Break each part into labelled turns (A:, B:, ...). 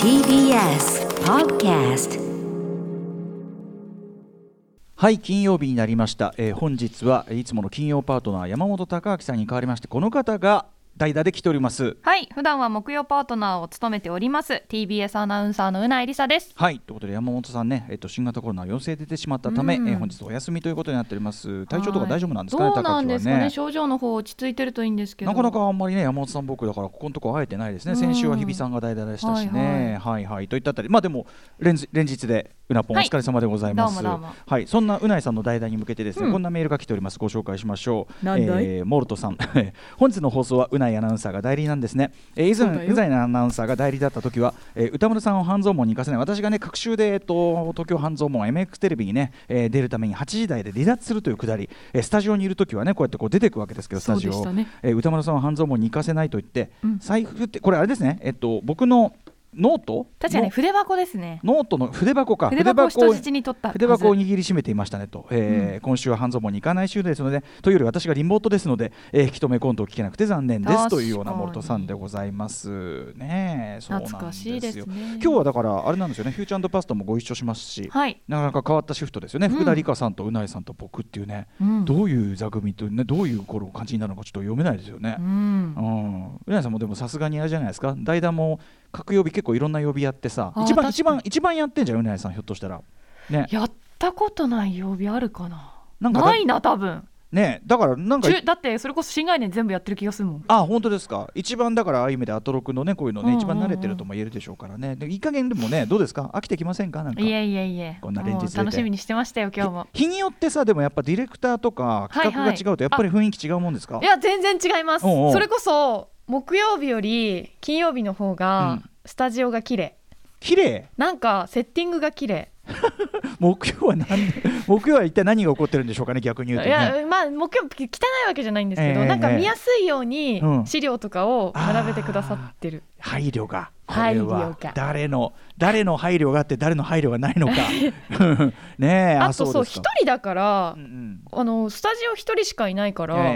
A: TBS Podcast
B: はい金曜日になりました、えー本日はいつもの金曜パートナー山本貴明さんに代わりましてこの方が代打で来ております
C: はい普段は木曜パートナーを務めております TBS アナウンサーのうないりさです
B: はいということで山本さんね、えっと新型コロナ陽性出てしまったため、
C: うん
B: えー本日お休みということになっております体調とか
C: はい
B: 大丈夫なんですかね、
C: どうなん
B: 貴
C: で
B: 明
C: す
B: は
C: かね
B: ね
C: 症状の方落ち着いてるといいんですけど
B: なかなかあんまりね山本さん僕だからここのとこ会えてないですね、
C: うん
B: 先週は日比さんが代打でしたしねはいはい、といったあたりまあでも連日連日でうなぽんお
C: はい
B: 疲れ様でございます、は
C: ど
B: いう
C: もどうも
B: そんなうないさんの代打に向けてですね、
C: うん
B: こんなメールが来ておりますご紹介しましょう
C: なんだい
B: えーモルトさん 本日の放送はうないアナウンサーが代理なんですね、えー、以
C: そうだ
B: 前
C: よ
B: うないアナウンサーが代理だった時は、えー歌丸さんを半蔵門に行かせない私がね隔週で、えっと東京半蔵門 MX テレビにね、えー出るために8時台で離脱するというくだり、えースタジオにいる時はねこうやってこう出てくわけですけどスタジオ
C: そ
B: を
C: うでしたね
B: えー歌丸さんは半蔵門に行かせないと言って、
C: うん
B: 財布ってこれあれですね、えっと、僕のノート
C: 確かに
B: の
C: 筆箱ですね
B: ノートの筆箱か
C: 筆箱を
B: を
C: 人質に取ったはず
B: 筆箱を握りしめていましたねと、えー今週は半蔵門に行かない週ですのでというより私がリモートですので、えー引き止めコントを聞けなくて残念で
C: 確か
B: すと
C: に
B: いうようなモルトさんでございますねえそうなんですよ
C: 懐かしいですね
B: 今日はだからあれなんですよねフューチャーパスタもご一緒しますし、
C: はい、
B: なかなか変わったシフトですよね、
C: うん
B: 福田理香さんとうないさんと僕っていうね、
C: うん
B: どういう座組と、ね、どういう頃感じになるのかちょっと読めないですよね
C: う。
B: う
C: ん
B: ん、うなやさんもでもさすがにあれじゃないですか代打も各曜日結構いろんな曜日やってさ
C: あー
B: 一
C: 確
B: 番
C: かに
B: 一番一番やってんじゃんうなやさんひょっとしたらね
C: やったことない曜日あるかな
B: なんかだ
C: ないな多分
B: ねだからなんか
C: 中だってそれこそ新概念全部やってる気がするもん
B: あ本当ですか一番だからああいう意味でアトロクのねこういうのね、
C: うんうんうん
B: 一番慣れてるとも言えるでしょうからねでいい加減でもねどうですか飽きてきませんかなんか
C: いえいえいえ
B: こんな連日出
C: もう
B: て
C: 楽しみにしてましたよ今日も
B: 日日によってさでもやっぱディレクターとか企画が違うとやっぱり雰囲気違うもんですか、
C: いや全然違います
B: おうおう
C: それこそ木曜日より金曜日の方
B: う
C: が
B: ん
C: スタジオが綺麗
B: 綺麗
C: なんかセッティングが綺麗
B: 木曜は何木曜は一体何が起こってるんでしょうかね逆に言うと
C: い
B: ね
C: やまあ目標汚いわけじゃないんですけど、
B: ええ
C: なんか
B: ええ
C: 見やすいように
B: うん
C: 資料とかを並べてくださってる、
B: 配慮がこれは
C: 配慮が
B: 誰の誰の配慮があって誰の配慮がない のか ねえ
C: あとそう一
B: ですか
C: 人だから、
B: うんうん
C: あのスタジオ一人しかいないから、
B: えええええ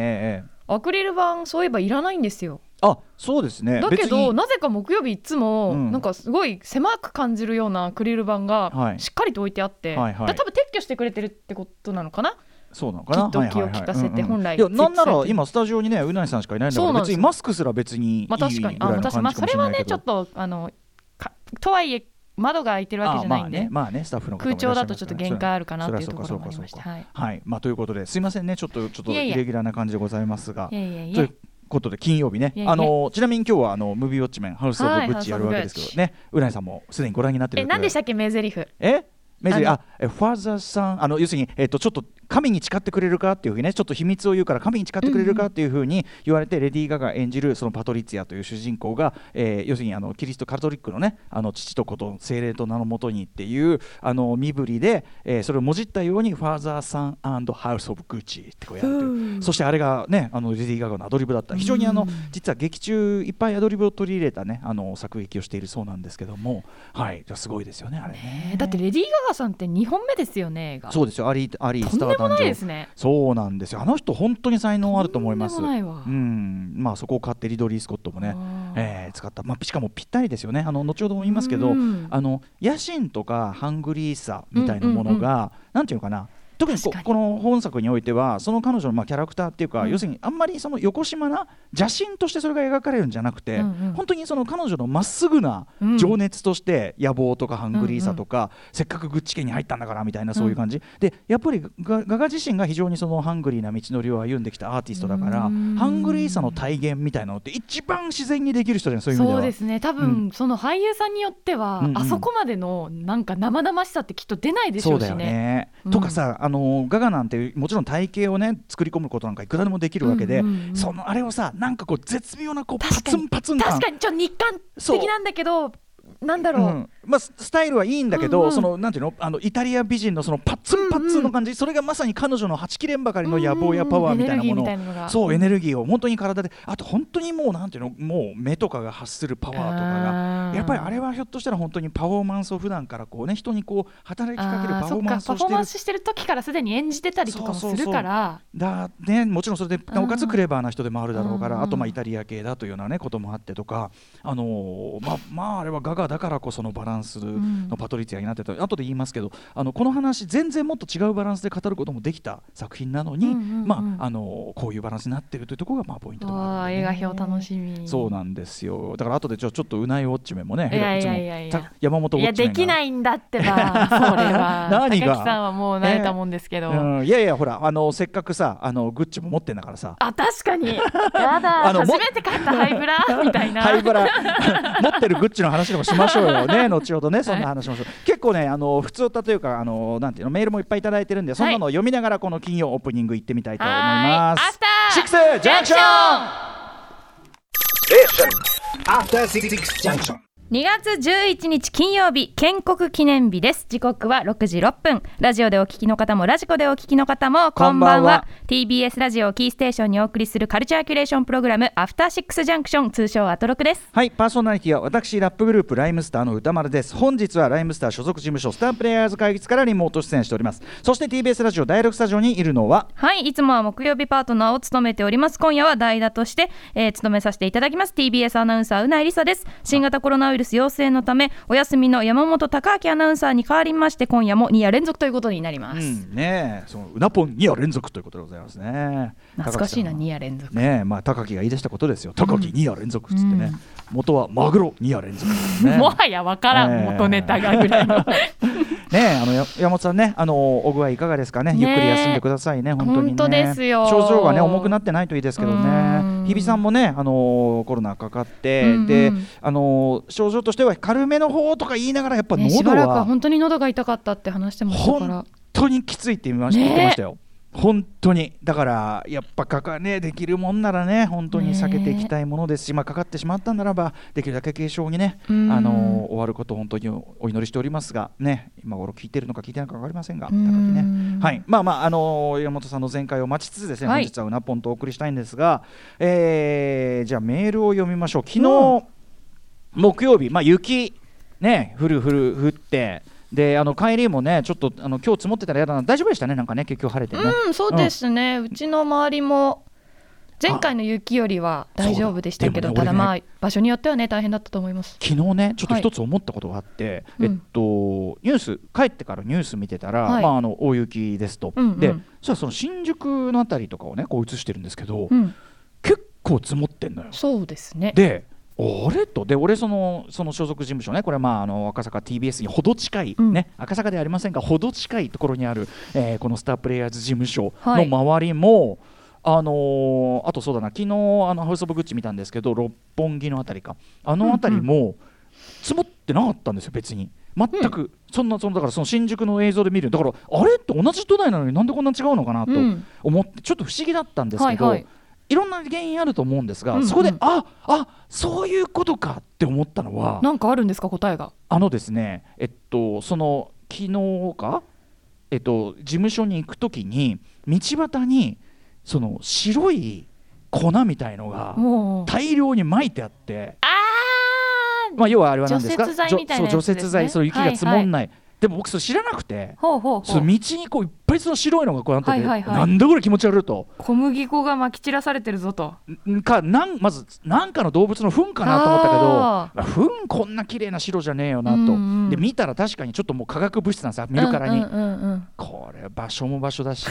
B: え
C: アクリル板そういえばいらないんですよ
B: あそうですね
C: だけ
B: 別に
C: どなぜか木曜日いつも、
B: うん
C: なんかすごい狭く感じるようなアクリル板
B: は
C: が
B: い
C: しっかりと置いてあって、
B: はいはい
C: だ多分撤去してくれてるってことなのかな、
B: そうなのかな
C: きっと気を利か
B: はい
C: せて
B: はいはい
C: 本来
B: いやなんな
C: 設置さ
B: ら
C: れて
B: 今スタジオにねうなぎさんしかいないんだか
C: そ
B: ら
C: うなん
B: 別
C: です
B: に
C: よ
B: マスクすら別にいい
C: まあ、確かに
B: ぐ
C: あ
B: らいの
C: 私、ま
B: 感
C: あ、
B: じかもしれ
C: それ
B: な
C: はい
B: け
C: ねちょ
B: ど
C: っとあのかとはいえ窓が開いてるわけ
B: あ
C: じゃ
B: ま
C: ない
B: あ
C: んで、
B: ねまあねスタッフの方もい
C: 空
B: らっ
C: 調
B: しゃ
C: だ
B: いま
C: と
B: す
C: ちょっ
B: か
C: と
B: らね
C: 限界あるかなっていう
B: そ
C: と
B: りゃ
C: こ
B: そ
C: ろ
B: う
C: も
B: か
C: あり
B: そうか
C: まし
B: そう
C: た
B: か
C: は
B: は
C: い
B: いまあということですいませんねちょっとちょっと
C: いえい
B: イ
C: え
B: レギュラーな感じでございますが
C: いやいやい
B: とい
C: や
B: うことで金曜日ね
C: いえいえ
B: あのちなみに今日はあのムービーウォッチメンハウスオブ
C: はい
B: ブッチやるわけですけ
C: ハウスオブブッ
B: どね
C: チ
B: うなぎさんもすでにご覧になってる
C: え何でしたたっけ名台詞
B: えメジ
C: あの
B: あえファーザーさんあの要するに、えっとちょっと神に誓ってくれるかっていうふうにねちょっと秘密を言うから神に誓ってくれるかっていうふうに言われて、レディー・ガガ演じるそのパトリツィアという主人公が、えー要するにあのキリストカトリックのねあの父と子と精霊と名のもとにっていうあの身振りで、えーそれをもじったようにファーザーさんハウス・オブ・グッチってこうやるというそしてあれがねあのレディー・ガガのアドリブだった非常にあの、実は劇中いっぱいアドリブを取り入れたねあの作劇をしているそうなんですけどもはいすごいですよねあれね
C: えーだってレディー・ガガさんって2本目ですよね映画
B: そうですよ、アリー、アリースタ
C: とん
B: ー
C: でも
B: 誕
C: ない
B: 生。
C: ですね
B: そうなんですよ。あの人本当に才能あると思います。
C: とんでもないわ
B: うん、まあそこを買ってリドリースコットもね、
C: あー
B: えー使った。まあしかもぴったりですよね。あの後ほども言いますけど、
C: うん
B: あの野心とかハングリーさみたいなものが、なんていうのかな。特にこ
C: 確かに
B: この本作においてはその彼女のまあキャラクターっていうか、
C: うん
B: 要するにあんまりその横島な邪神としてそれが描かれるんじゃなくて、
C: うんうん
B: 本当にその彼女のまっすぐな
C: うん
B: 情熱として野望とかハングリーさとか、せっかくグッチ家に入ったんだからみたいなそういう感じ、でやっぱりガガガ自身が非常にそのハングリーな道のりを歩んできたアーティストだから
C: うん
B: ハングリーさの体現みたいなのって一番自然にできる人じゃないそういう意味で
C: そ
B: は
C: うですね多分、その俳優さんによっては、
B: うんうん
C: あそこまでのなんか生々しさってきっと出ないでしょ
B: そう
C: うし
B: だよ
C: ね
B: ね、
C: うん
B: とかさあのガガなんてもちろん体型をね作り込むことなんかいくらでもできるわけで、
C: うんうんうん
B: そのあれをさなんかこう絶妙なこうパ
C: 確か
B: ツン
C: に
B: パツン感
C: 確かにちょっと日韓
B: そう
C: 的なんだけどなんだ
B: う
C: ろう、
B: んまあ、ススタイルはいいんだけど、
C: うんうん
B: そのなんていうのあのイタリア美人のそのパッツンパッツンの感じ、それがまさに彼女のはちきれんばかりの野望やパワーみたいなもの
C: うんうんうんエネルギーみたいなのが
B: そうエネルギーを本当に体であと本当にもうなんていうのもう目とかが発するパワーとか
C: あ
B: が
C: ー
B: やっぱりあれはひょっとしたら本当にパフォーマンスを普段からこうね人にこう働きかける
C: あ
B: パフ
C: ーそ
B: ォ
C: っ
B: ーマ
C: か
B: ンス
C: パ
B: を
C: フ
B: し
C: ォー
B: て
C: マ
B: る
C: ンスしてる時からすでに演じてたりとかも
B: そうそう
C: す
B: そう
C: るから
B: だね、もちろんそれでなおかつクレバーな人でもあるだろうから、
C: うんうん
B: あとまあイタリア系だというような、ね、こともあってとか、あのーまあ、まああれはガガだからこそのバランスのパトリツィアになってた、後で言いますけどあのこの話全然もっと違うバランスで語ることもできた作品なのに、
C: うんうんうん
B: まああのーこういうバランスになってるというところがまあポイントでも
C: わ
B: あ
C: あ
B: る
C: 映
B: んだよ
C: 画
B: ね
C: 表楽しみ
B: そうなんですよだから後でちょちょっとうないウォッチメンもね
C: いやいやいやいや
B: つもた山本ウォ
C: いや
B: ッチメン
C: で
B: が
C: きないんだってばそれ は
B: 何が
C: 高木さんはもう慣れたもんですけど、
B: うん、いやいやほらあのせっかくさあのグッチも持ってんだからさ
C: あ確かにやだ
B: あのも
C: 初めて買ったハイブラ みたいな
B: ハイブラ持ってるグッチの話でもしましょ うよね後ほどねそんな話もしましょう、結構ねあの普通歌というかあのなんていうのメールもいっぱいいただいてるんでそんなのを読みながらこの金曜オープニング行ってみたいと思い
C: は
B: ま
C: ーい
B: す
C: アフター
B: シックスジャンクション
D: After Six Junction.
C: 2月11日金曜日建国記念日です時刻は6時6分ラジオでお聞きの方もラジコでお聞きの方もこんば
B: こんばん
C: んは
B: は
C: TBS ラジオをキーステーションにお送りするカルチャーキュレーションプログラムアフターシックスジャンクション通称アトロクです
B: はい、パーソナリティは私、ラップグループ、ライムスターの歌丸です。本日はライムスター所属事務所、スタープレイヤーズ会議室からリモート出演しております。そして TBS ラジオ第6スタジオにいるのは、
C: はいいつもは木曜日パートナーを務めております今夜は代打として、えー務めさせていただきます TBS アナウンサーうなえりさです新型コロナウイルス陽性のためお休みの山本貴明アナウンサーに代わりまして今夜も2夜連続ということになります、
B: うん、ねえそのうなぽん2夜連続ということでございますね。
C: 懐かしいな
B: 高木さんは
C: 2夜連続
B: ねえまあ高木が言い出したことですよ高木2夜連続っつってね、元はマグロ2夜連続ですね
C: もはやわからん、
B: ねえ
C: 元ネタがぐら いの
B: ねえあのや山本さんねあのお具合いかがですかね
C: ねえ
B: ゆっくり休んでくださいね本当にね
C: 本当ですよ
B: 症状がね重くなってないといいですけど
C: うん
B: ね日比さんもねあのコロナかかって、
C: うんうん
B: であの症状としては軽めの方とか言いながらやっぱ
C: ねし
B: 喉
C: ばらくは
B: は
C: 本当に喉が痛かったって話してましたから
B: 本当にきついって言いました
C: ねえ
B: 言ってましたよ。本当にだからやっぱかかねできるもんならね本当に避けていきたいものですし、まあかかってしまったならばできるだけ軽症にね、
C: うん
B: あの終わることを本当にお祈りしておりますがね今頃聞いてるのか聞いてないのか分かりませんが高木
C: うん
B: ねはいまあまああの山本さんの前回を待ちつつですね、
C: はい
B: 本日はうなぽんとお送りしたいんですが、えーじゃあメールを読みましょう昨日、木曜日、まあ、雪、ね、降る降る降って。であの帰りもね、ちょっとあの今日積もってたら嫌だな、大丈夫でしたね、なんかね、結局晴れてね。
C: うんそうですね、うちの周りも前回の雪よりは大丈夫でしたけど、
B: そうだ
C: た
B: で
C: だ
B: もね
C: まあ場所によってはね大変だったと思います
B: 昨日ね、ちょっと
C: はい
B: 一つ思ったことがあって、
C: うん
B: えっと、ニュース、帰ってからニュース見てたら、
C: はい
B: まあ、あの大雪ですと、
C: うんうん
B: で、そしたらその新宿のあたりとかをね、こう映してるんですけど、
C: うん
B: 結構積もってんのよ。
C: そうですね
B: であれとで俺そのその所属事務所ねこれはまああの赤坂 TBS にほど近い、
C: うん
B: ね赤坂ではありませんがほど近いところにある、えーこのスタープレイヤーズ事務所
C: は
B: の
C: い
B: 周りも、あのーあとそうだな昨日あのハウス・オブ・グッチ見たんですけど六本木のあたりかあのあたりも積もってなかったんですよ別に全く、そんなそのだからその新宿の映像で見るだからあれって同じ都内なのになんでこんな違うのかなと
C: うん
B: 思って、ちょっと不思議だったんですけど、
C: はい
B: い
C: はい
B: ろんな原因あると思うんですが、
C: うんうん
B: そこでああそういうことかって思ったのは
C: なんかあるんですか答えが
B: あのですねえっとその昨日かえっと事務所に行くときに道端にその白い粉みたいのが
C: もう
B: 大量に撒いてあって。
C: あ
B: まあ、要はあれは何ですか
C: 除雪剤みたいなやつ
B: じょそう
C: で
B: 除雪
C: すね
B: 剤そう雪が積もん
C: は
B: ないい、でも僕それ知らなくて
C: ーほうほう
B: そ
C: ほ
B: の
C: う
B: 道にこういっぱいその白いのがこうなってて、
C: はいはいはい
B: なんだこれ気持ち悪いと
C: 小麦粉がまき散らされてるぞと
B: んかなんまず何かの動物の糞かなと思ったけど
C: あ
B: まあ糞こんな綺麗な白じゃねえよなと、
C: うんうん
B: で見たら確かにちょっともう化学物質なんですよ見るからに、
C: うんうんうん
B: これ場所も場所だ し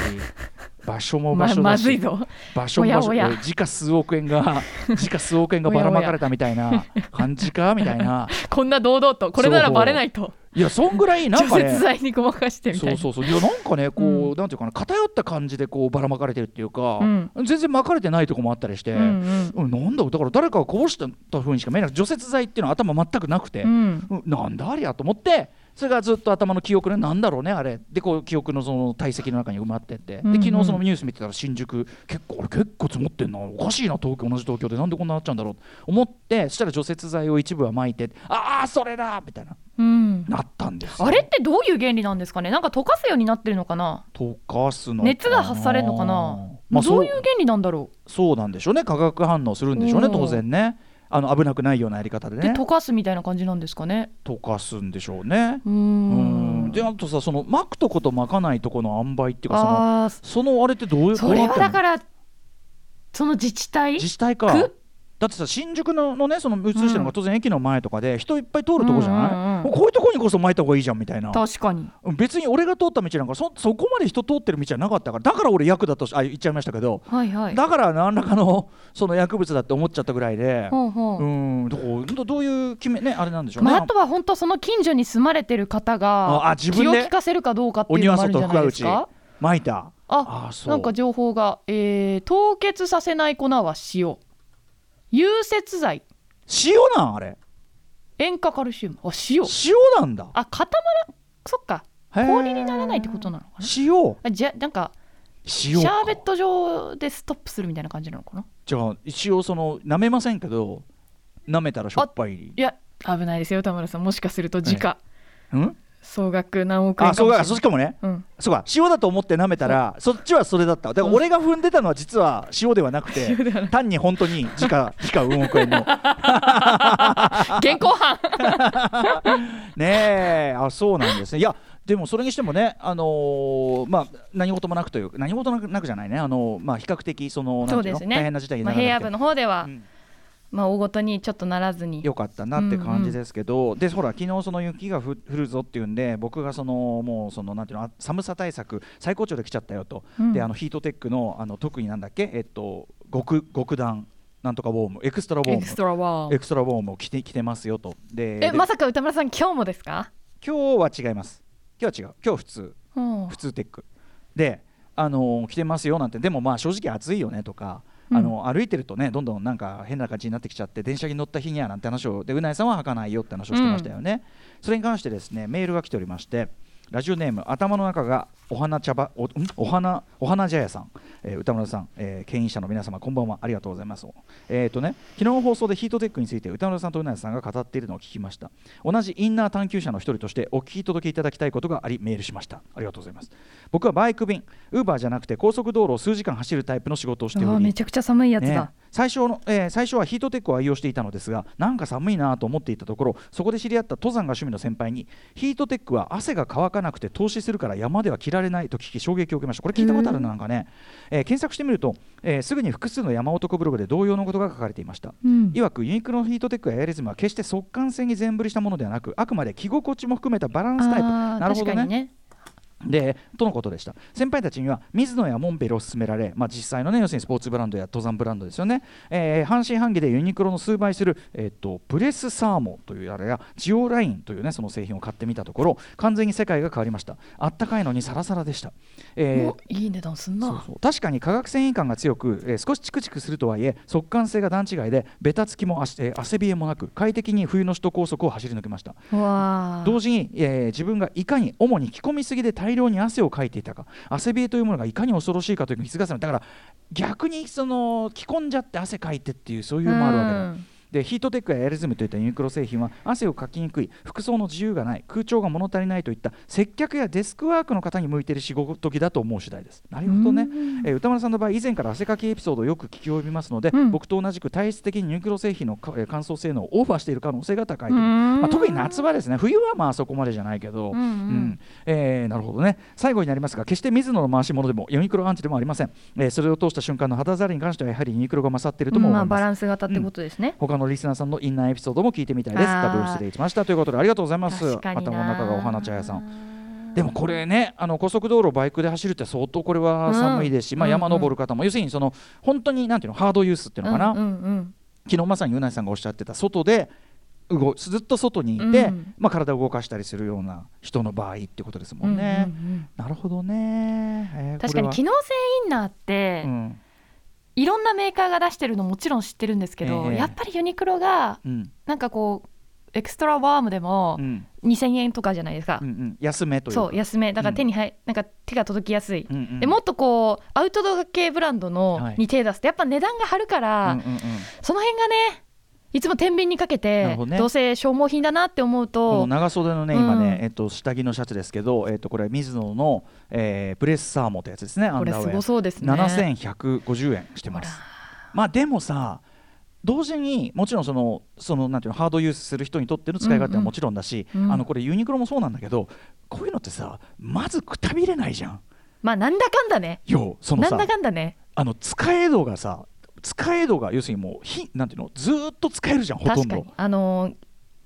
B: 場所も
C: うん
B: 場
C: ま
B: 所
C: ま
B: だし、
C: ずいぞ
B: 場所も場所
C: おやおや
B: これ時価数億円 が時価数億円がばらまかれたみたいな感じかみたいな
C: こんな堂々とこれならバレないと
B: いやそんぐらいな
C: 除
B: んかね
C: 雪剤にごまかしてみたい
B: そう
C: な
B: そうそういやなんかねこう、
C: うん
B: なんていうかな偏った感じでこうばらまかれてるっていうか、
C: うん
B: 全然まかれてないとこもあったりして、
C: うんうん
B: うんなんだろうだから誰かがこぼしたふうにしか見えない除雪剤っていうのは頭全くなくて、
C: うん
B: うんなんだありゃと思ってそれがずっと頭の記憶ねなんだろうねあれでこう記憶のその体積の中に埋まってってで
C: うんうん
B: 昨日そのニュース見てたら新宿結構あれ結構積もってんなおかしいな東京同じ東京でなんでこんななっちゃうんだろうと思ってそしたら除雪剤を一部は撒いてああそれだみたいな
C: うん、
B: なったんですよ
C: あれってどういう原理なんですかねなんか溶かすようになってるのかな
B: 溶かすのかな
C: 熱が発されるのかな、
B: まあ、
C: ど
B: そうう
C: いう原理なんだろ
B: そうなんでしょうね化学反応するんでしょうね
C: おー
B: 当然ねあの危なくないようなやり方で
C: うで
B: ね
C: 溶かすみたいな感じなんですかね
B: 溶かすんでしょうね
C: うー
B: うんんであとさその巻くとこと巻かないとこの塩梅っていうかその
C: あー
B: そのあれってどういう
E: それはだ
B: ら
E: からその自治体
B: 自治体か
E: 区
B: だってさ新宿ののねその映してるのが当然駅の前とかで人いっぱい通るとこじゃない、
C: うんうんうん
B: もうこういうとこにこそ巻いた方がいいじゃんみたいな
E: 確かに
B: 別に俺が通った道なんかそそこまで人通ってる道はなかったからだから俺役だとしあ言っちゃいましたけど、
E: はいはい
B: だから何らかのその薬物だって思っちゃったぐらいで、
E: ほうほう
B: うん、どこどどういう決めねあれなんでしょうね。
E: まあ、あとは本当その近所に住まれてる方
B: あ
E: が
B: あ自分で
E: 気を利かせるかどうかっていうのもあるんじゃないですか
B: 撒いた。
E: あ
B: あそう
E: なんか情報が、えー凍結させない粉は塩融雪剤
B: 塩なんあれ。
E: 塩化カルシウムあ塩
B: 塩なんだ。
E: あ固まらそっか
B: へー
E: 氷にならないってことなのかな
B: 塩。塩か
E: あじゃなんかシャーベット状でストップするみたいな感じなのかな
B: じゃあ一応その舐めませんけど舐めたらしょっぱい。
E: いや危ないですよ田村さんもしかすると時価
B: うん？
E: 総額何億円
B: あ
E: か
B: そう
E: もしれ
B: か
E: ない
B: そっちかもね。
E: うん
B: そうか塩だと思って舐めたらそっちはそれだっただから俺が踏んでたのは実は塩ではなく て単に本当に時価時価運億円の
E: 現行犯
B: ねえあそうなんですねいやでもそれにしてもね、あのーまあ、何事もなくという何事もなくじゃないね、あのーまあ、比較的その
C: そうです
B: なんていの大
C: ね
B: 変な事態に
C: ま
B: な
C: あ、
B: らなくて
C: 平野部の方では、
B: うん
C: まあ、大ごとにちょっとならずに
B: よかったなって感じですけど、でほら昨日その雪がふ降るぞっていうんで僕がそのもうそのなんていうのあ寒さ対策最高潮で来ちゃったよと、
C: うん
B: であのヒートテックのあの特になんだっけえっと極極暖なんとかウォームエクストラウォー
E: エ
B: ム
E: クストラワー
B: エクストラウォームを着て着てますよとで
E: え
B: で
E: まさか歌村さん今日もですか
B: 今日は違います今日は違う今日普通
E: うん
B: 普通テックで、あのー着てますよなんてでもまあ正直暑いよねとか、あのー歩いてるとねどんどんなんか変な感じになってきちゃって電車に乗った日にはなんて話をでうないさんは履かないよって話をしてましたよね、それに関してですねメールが来ておりましてラジオネーム頭の中がお花茶ばおんお花お花茶屋さん、えー歌村さん、えー、牽引者の皆様こんばんはありがとうございますえーとね昨日の放送でヒートテックについて歌村さんとうなやさんが語っているのを聞きました同じインナー探求者の一人としてお聞き届けいただきたいことがありメールしましたありがとうございます僕はバイク便ウーバーじゃなくて高速道路を数時間走るタイプの仕事をして
C: う
B: お
C: わ
B: り
C: めちゃくちゃ寒いやつだ、
B: ね最初の、えー最初はヒートテックを愛用していたのですがなんか寒いなと思っていたところそこで知り合った登山が趣味の先輩にヒートテックは汗が乾かなくて凍死するから山では着られないと聞き衝撃を受けましたこれ聞いたことあるななんかね、えー検索してみると、えーすぐに複数の山男ブログで同様のことが書かれていました、
C: うん
B: いわくユニクロのヒートテックやエアリズムは決して速乾性に全振りしたものではなくあくまで着心地も含めたバランスタイプ
E: あー
B: なるほど
E: 確
B: ね
E: かにね
B: でとのことでした先輩たちには水野やモンベルを勧められ、まあ、実際のね要するにスポーツブランドや登山ブランドですよね、えー半信半疑でユニクロの数倍する、えっとプレスサーモというあれやジオラインというねその製品を買ってみたところ完全に世界が変わりましたあったかいのにサラサラでした、えー
E: おいい値段すんな
B: そうそう確かに化学繊維感が強く、えー少しチクチクするとはいえ速乾性が段違いでベタつきもあし、えー汗びえもなく快適に冬の首都高速を走り抜けました
C: わあ
B: 同時に、えー自分がいかに主に着込みすぎで大量に汗をかいていたか汗びえというものがいかに恐ろしいかというのに気づかせないだから逆にその着込んじゃって汗かいてっていうそういうのもあるわけだ、
C: うん
B: でヒートテックやエアリズムといったユニクロ製品は汗をかきにくい服装の自由がない空調が物足りないといった接客やデスクワークの方に向いている仕事時だと思う次第ですなるほどね、えー歌丸さんの場合以前から汗かきエピソードをよく聞き及びますので、
C: うん
B: 僕と同じく体質的にユニクロ製品のかえー乾燥性能をオーバーしている可能性が高いと
C: うーん
B: まあ、特に夏場ですね冬はまあそこまでじゃないけど、
C: うんうん
B: うんえーなるほどね最後になりますが決して水野の回し物でもユニクロアンチでもありません、えーそれを通した瞬間の肌触りに関してはやはりユニクロが勝っているとも思
C: ま
B: い
C: あ、
B: ま
C: バ
B: す、
C: ランス型ってことですね、
B: 他のリスナーさんのインナーエピソードも聞いてみたいです。
C: あー
B: ダブル失礼しましたということでありがとうございます。
C: 確かにな
B: 頭の中がお花茶屋さん。でもこれね、あの高速道路をバイクで走るって相当これは寒いですし、
C: うん
B: まあ
C: うんうん
B: 山登る方も、要するにその本当になんていうのハードユースっていうのかな、
C: うんうんうん
B: 昨日まさにうなぎさんがおっしゃってた外で動ずっと外にいて、
C: うん
B: まあ、体を動かしたりするような人の場合ってことですもんね。
C: うんうんうん
B: なるほどね、えー
E: 確かに
B: こ
E: 機
B: れは
E: 能性インナーって、
B: うん
E: いろんなメーカーが出してるのもちろん知ってるんですけど、
B: ええ
E: やっぱりユニクロが
B: うん
E: なんかこうエクストラワームでも
B: うん
C: 2000円とかじゃないですか、
B: うんうん、休めというか
C: そう安めだから手に入、なんか手が届きやすい、
B: うんうん
C: でもっとこうアウトドア系ブランドの
B: はい
C: に手出すとやっぱ値段が張るか
B: う
C: ら、
B: んうんうん
C: その辺がねいつも天秤にかけ
B: なる
C: て
B: ほ
C: ど,、
B: どね
C: うせ消耗品だなって思
B: こ
C: う
B: との長袖のね、今ね
C: う、ん
B: えっと、下着のシャツですけど、えっと、これ、ミズノの、えープレスサーモンってやつですね、ア
C: こ
B: ン
C: れ
B: ダーウ
C: す
B: ェア。
C: ごそうですね
B: 7150円してます。まあでもさ同時にもちろんそのそのなんていうのハードユースする人にとっての使い勝手はもちろんだし、
C: うんうんうん
B: あのこれユニクロもそうなんだけどこういうのってさまずくたびれないじゃん。
C: まあなんだかんだね
B: よその
C: な
B: さ
C: んだかんだね
B: あの使え度がさ使え度が要するにもうひなんていうのずーっと使えるじゃんほと
C: 確
B: ん
C: か
B: ど
C: に。あのー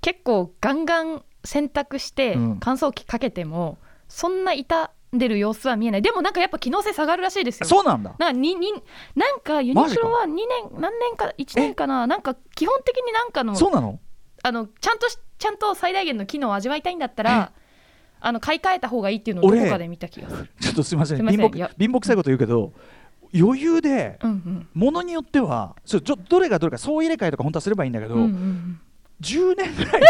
C: 結構ガンガン洗濯して
B: うん
C: 乾燥機かけても、そんな傷んでる様子は見えないでもなんかやっぱ機能性下がるらしいですよ
B: そうなんだ。
C: なんかにになんかユニクロは2年何年か1年かななんか基本的になんかの
B: そうなの
C: あのちゃんとしちゃんと最大限の機能を味わいたいんだったらあの買い替えた方がいいっていうのをど
B: 俺
C: こかで見た気がする。
B: ちょっとすみません
C: すいません
B: 貧乏
C: いや
B: 貧乏くさいこと言うけど余裕で
C: うんうん
B: ものによってはそうちょどれがどれか総入れ替えとか本当はすればいいんだけど、
C: うんうんうん
B: 10年 ぐらい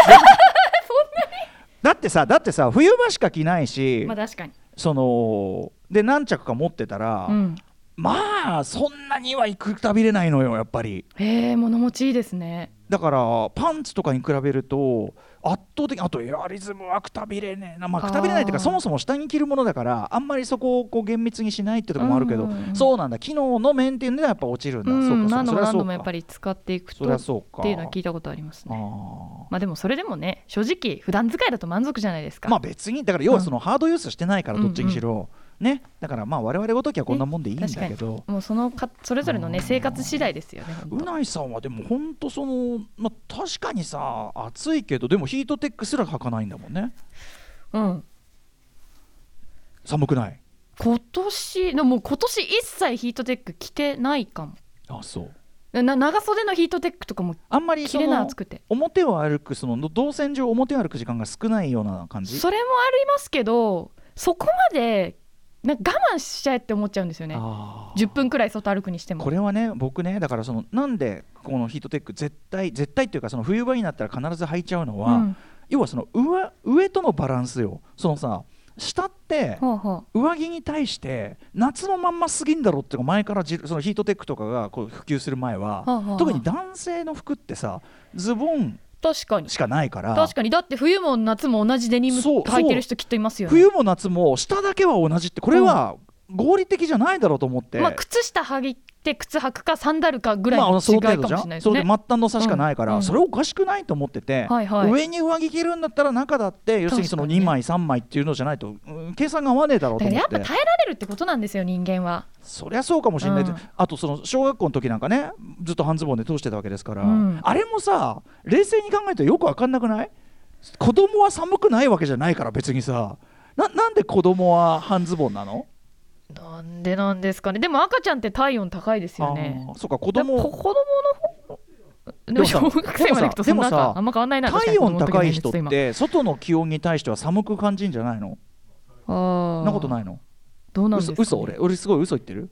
B: だってさだってさ冬場しか着ないし、
C: まあ確かに、
B: そので何着か持ってたら、
C: うん、
B: まあそんなにはいくたびれないのよやっぱり
C: へえ物持ちいいですね
B: だからパンツとかに比べると圧倒的あとエアリズムはくたびれねえな、まあ、
C: あー
B: くたびれないっていうかそもそも下に着るものだからあんまりそこをこう厳密にしないってとこもあるけど、
C: うんうんうん
B: そうなんだ機能の面っていうのはやっぱ落ちるんだ、
C: うん
B: そうか
E: 何度
B: そう
E: も
B: かそ
E: 何度
B: う
E: も
B: か
E: やっぱり使っていく
B: そ
E: と
B: りゃ
E: っ
B: そうか
E: ていうのは聞いたことあります
B: あ
E: ね
B: ー
E: まあでもそれでもね正直普段使いだと満足じゃないですか、
B: まあ別にだから要はそのハードユースしてないからどっちにしろ、ねだからまあ我々ごときはこんなもんでいいんだ
E: ね
B: けど
E: もうそのかそれぞれのね
B: うん
E: 生活次第ですよね
B: う
E: 本
B: ないさんはでも本当そのまあ確かにさ暑いけどでもヒートテックすら履かないんだもんね
E: 当うん
B: 寒くない
E: 今年でももう今年一切ヒートテック着てないかも
B: あそう
E: な長袖のヒートテックとかも
B: あんまり
E: 着
B: そ
E: れない
B: の
E: 暑くて
B: 表を歩くその動線上表を歩く時間が少ないような感じ
E: それもありますけどそこまでなんか我慢しちゃえって思っちゃうんですよね
B: あー
E: 10分くらい外歩くにしても
B: これはね僕ねだからそのなんでこのヒートテック絶対絶対っていうかその冬場になったら必ず履いちゃうのは、
E: うん
B: 要はその上上とのバランスよそのさ下って
E: ほうほう
B: 上着に対して夏のまんますぎんだろうっていうか前からじそのヒートテックとかがこう普及する前は、
E: はあはあ
B: 特に男性の服ってさズボン
E: 確かに
B: しかないから
E: 確かにだって冬も夏も同じデニム
B: そう
E: 履いてる人きっといますよね
B: 冬も夏も下だけは同じってこれは合理的じゃないだろうと思って、
E: まあ、靴下履いて靴履くかサンダルかぐらい
B: ま
E: の
B: あそ
E: 違
B: の
E: い
B: 程
E: かも
B: 度じ
E: しれ
B: ゃ
E: ない
B: ん
E: です
B: それで
E: ね
B: 末。端の差しかないから、
E: うんうん
B: それおかしくないと思ってて、
E: はいはい
B: 上に上着着るんだったら中だって要するにその
E: 確かにね
B: 2枚3枚っていうのじゃないと、うん計算が合わねえだろう
E: だ
B: と
E: から
B: 思
E: や
B: っ
E: っぱ
B: て
E: 耐えられるってことなんですよ人間は。
B: そりゃそうかもしれない、
E: うん
B: あとその小学校の時なんかねずっと半ズボンで通してたわけですから、
E: うん
B: あれもさ冷静に考えるとよく分かんなくない子供は寒くないわけじゃないから別にさななんで子供は半ズボンなの
E: なんでなんですかねでも赤ちゃんって体温高いですよね。
B: あーそうか子
E: だから
B: 供
E: こ子供の方
B: で
E: でも
B: もさ
E: 小学生まで行くと
B: で
E: そん
B: も
E: な
B: さ
E: かあんま変わんないな
B: 体温高い人
E: 確かに子供の時の年齢と
B: っ
E: 今
B: て外の気温に対しては寒く感じんじゃないの
E: あー
B: なことないの
E: どうなんです
B: 嘘
E: か、ね、
B: 嘘俺俺すごい嘘言ってる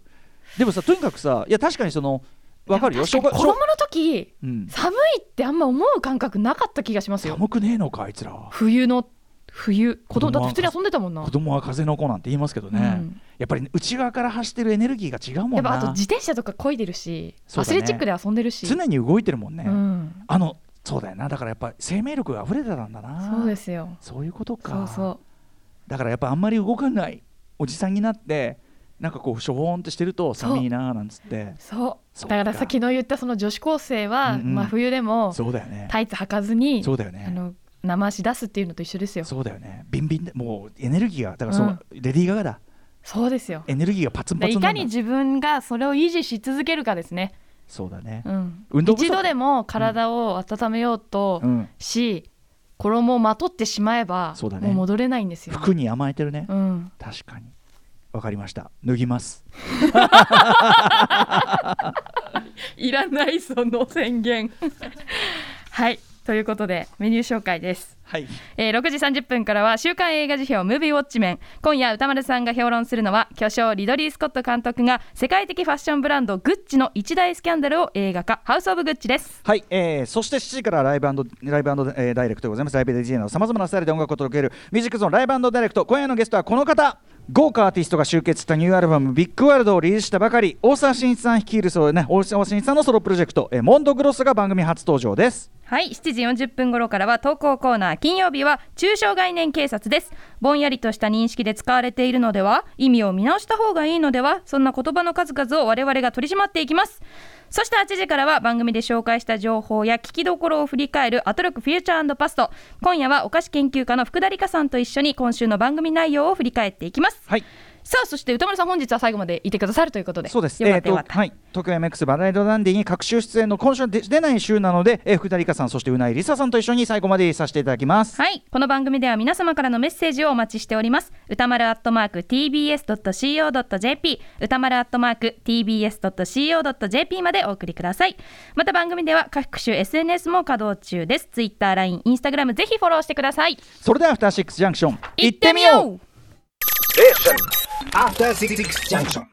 B: でもさとにかくさいや確かにそのわかるよ
E: でも確かに子
B: 小学
E: 供の時
B: うん、
E: 寒いってあんま思う感覚なかった気がしますよ
B: 寒くねえのかあいつらは
E: 冬の冬子供だって
B: 子供は
E: 普通に遊んでたもんな
B: 子供は風の子なんて言いますけどね、
E: うん
B: やっぱりね内側から発してるエネルギーが違う
E: や
B: も
E: っ
B: ん
E: ぱあと
B: な
E: 自転車とか漕いでるし、
B: そ
E: ア
B: うだ
E: ス
B: ね
E: レチックで遊んでるし
B: 常に動いてるもんね、
E: うん、
B: あのそうだよなだからやっぱ生命力が溢れてたんだな
E: そうですよ
B: そういうことか
E: そうそう
B: だからやっぱあんまり動かないおじさんになってなんかこうしょぼーんってしてると
E: そう
B: 寒いなーなんつって
E: そう
B: そ
E: だ
B: っか
E: からさ昨日言ったその女子高生は、
B: うんうん
E: まあ、冬でも
B: そうだよね
E: タイツ履かずに、
B: そうだよ
E: あ
B: ね
E: の生足出すっていうのと一緒ですよそう
B: そうだよねビンビンでもうエネルギーがだからその、レディー・ガガだ
E: ですよ
B: エネルギーがパツン
E: だ
B: パ
E: から
B: ツ
E: い
B: ンな
E: か
B: んだ
E: に自分がそれを維持し続けるかですね、
B: そうだね
E: うん、
B: 運動不足
E: 一度でも体を温めようと
B: うん
E: し、衣をまとってしまえば
B: そうだね
E: もう戻れないんですよ、
B: 服に甘えてるね
E: うん、
B: 確かにわかりました脱ぎます
E: いらないその宣言はいとということでメニュー紹介です
B: はい
E: えー6時30分からは週刊映画辞表ムービーウォッチメン今夜歌丸さんが評論するのは巨匠リドリー・スコット監督が世界的ファッションブランドグッチの一大スキャンダルを映画化ハウス・オブ・グッチです
B: はい、えーそして7時からライブライブ、えーダイレクトでございます。ライブ DJ などさまざまなスタイルで音楽を届けるミュージックゾーンライブダイレクト。今夜のゲストはこの方。豪華アーティストが集結したニューアルバム「ビッグワールド」をリリースしたばかり大沢慎一さん率いるそう、ね、大沢慎一さんのソロプロジェクト、えーモンドグロスが番組初登場です
E: はい7時40分頃からは投稿コーナー金曜日は中小概念警察ですぼんやりとした認識で使われているのでは意味を見直した方がいいのではそんな言葉の数々を我々が取り締まっていきますそして8時からは番組で紹介した情報や聞きどころを振り返るアトロックフューチャーパスト今夜はお菓子研究家の福田理香さんと一緒に今週の番組内容を振り返っていきます
B: はい
F: さあそして歌丸さん本日は最後までいてくださるということで
B: そうです
E: よかった
B: えー
E: よ
B: と
E: かった
B: はい、東京 MX バラエドダンディに各週出演の今週は出出ない週なので、えー福田理香さんそしてうないりささんと一緒に最後までさせていただきます
E: はいこの番組では皆様からのメッセージをお待ちしております歌丸アットマーク tbs.co.jp 歌丸アットマーク tbs.co.jp までお送りくださいまた番組では各種 SNS も稼働中です Twitter、LINE、Instagram ぜひフォローしてください
B: それでは「アフターシックスジャンクション」
E: 行ってみよう
D: After Six Junction.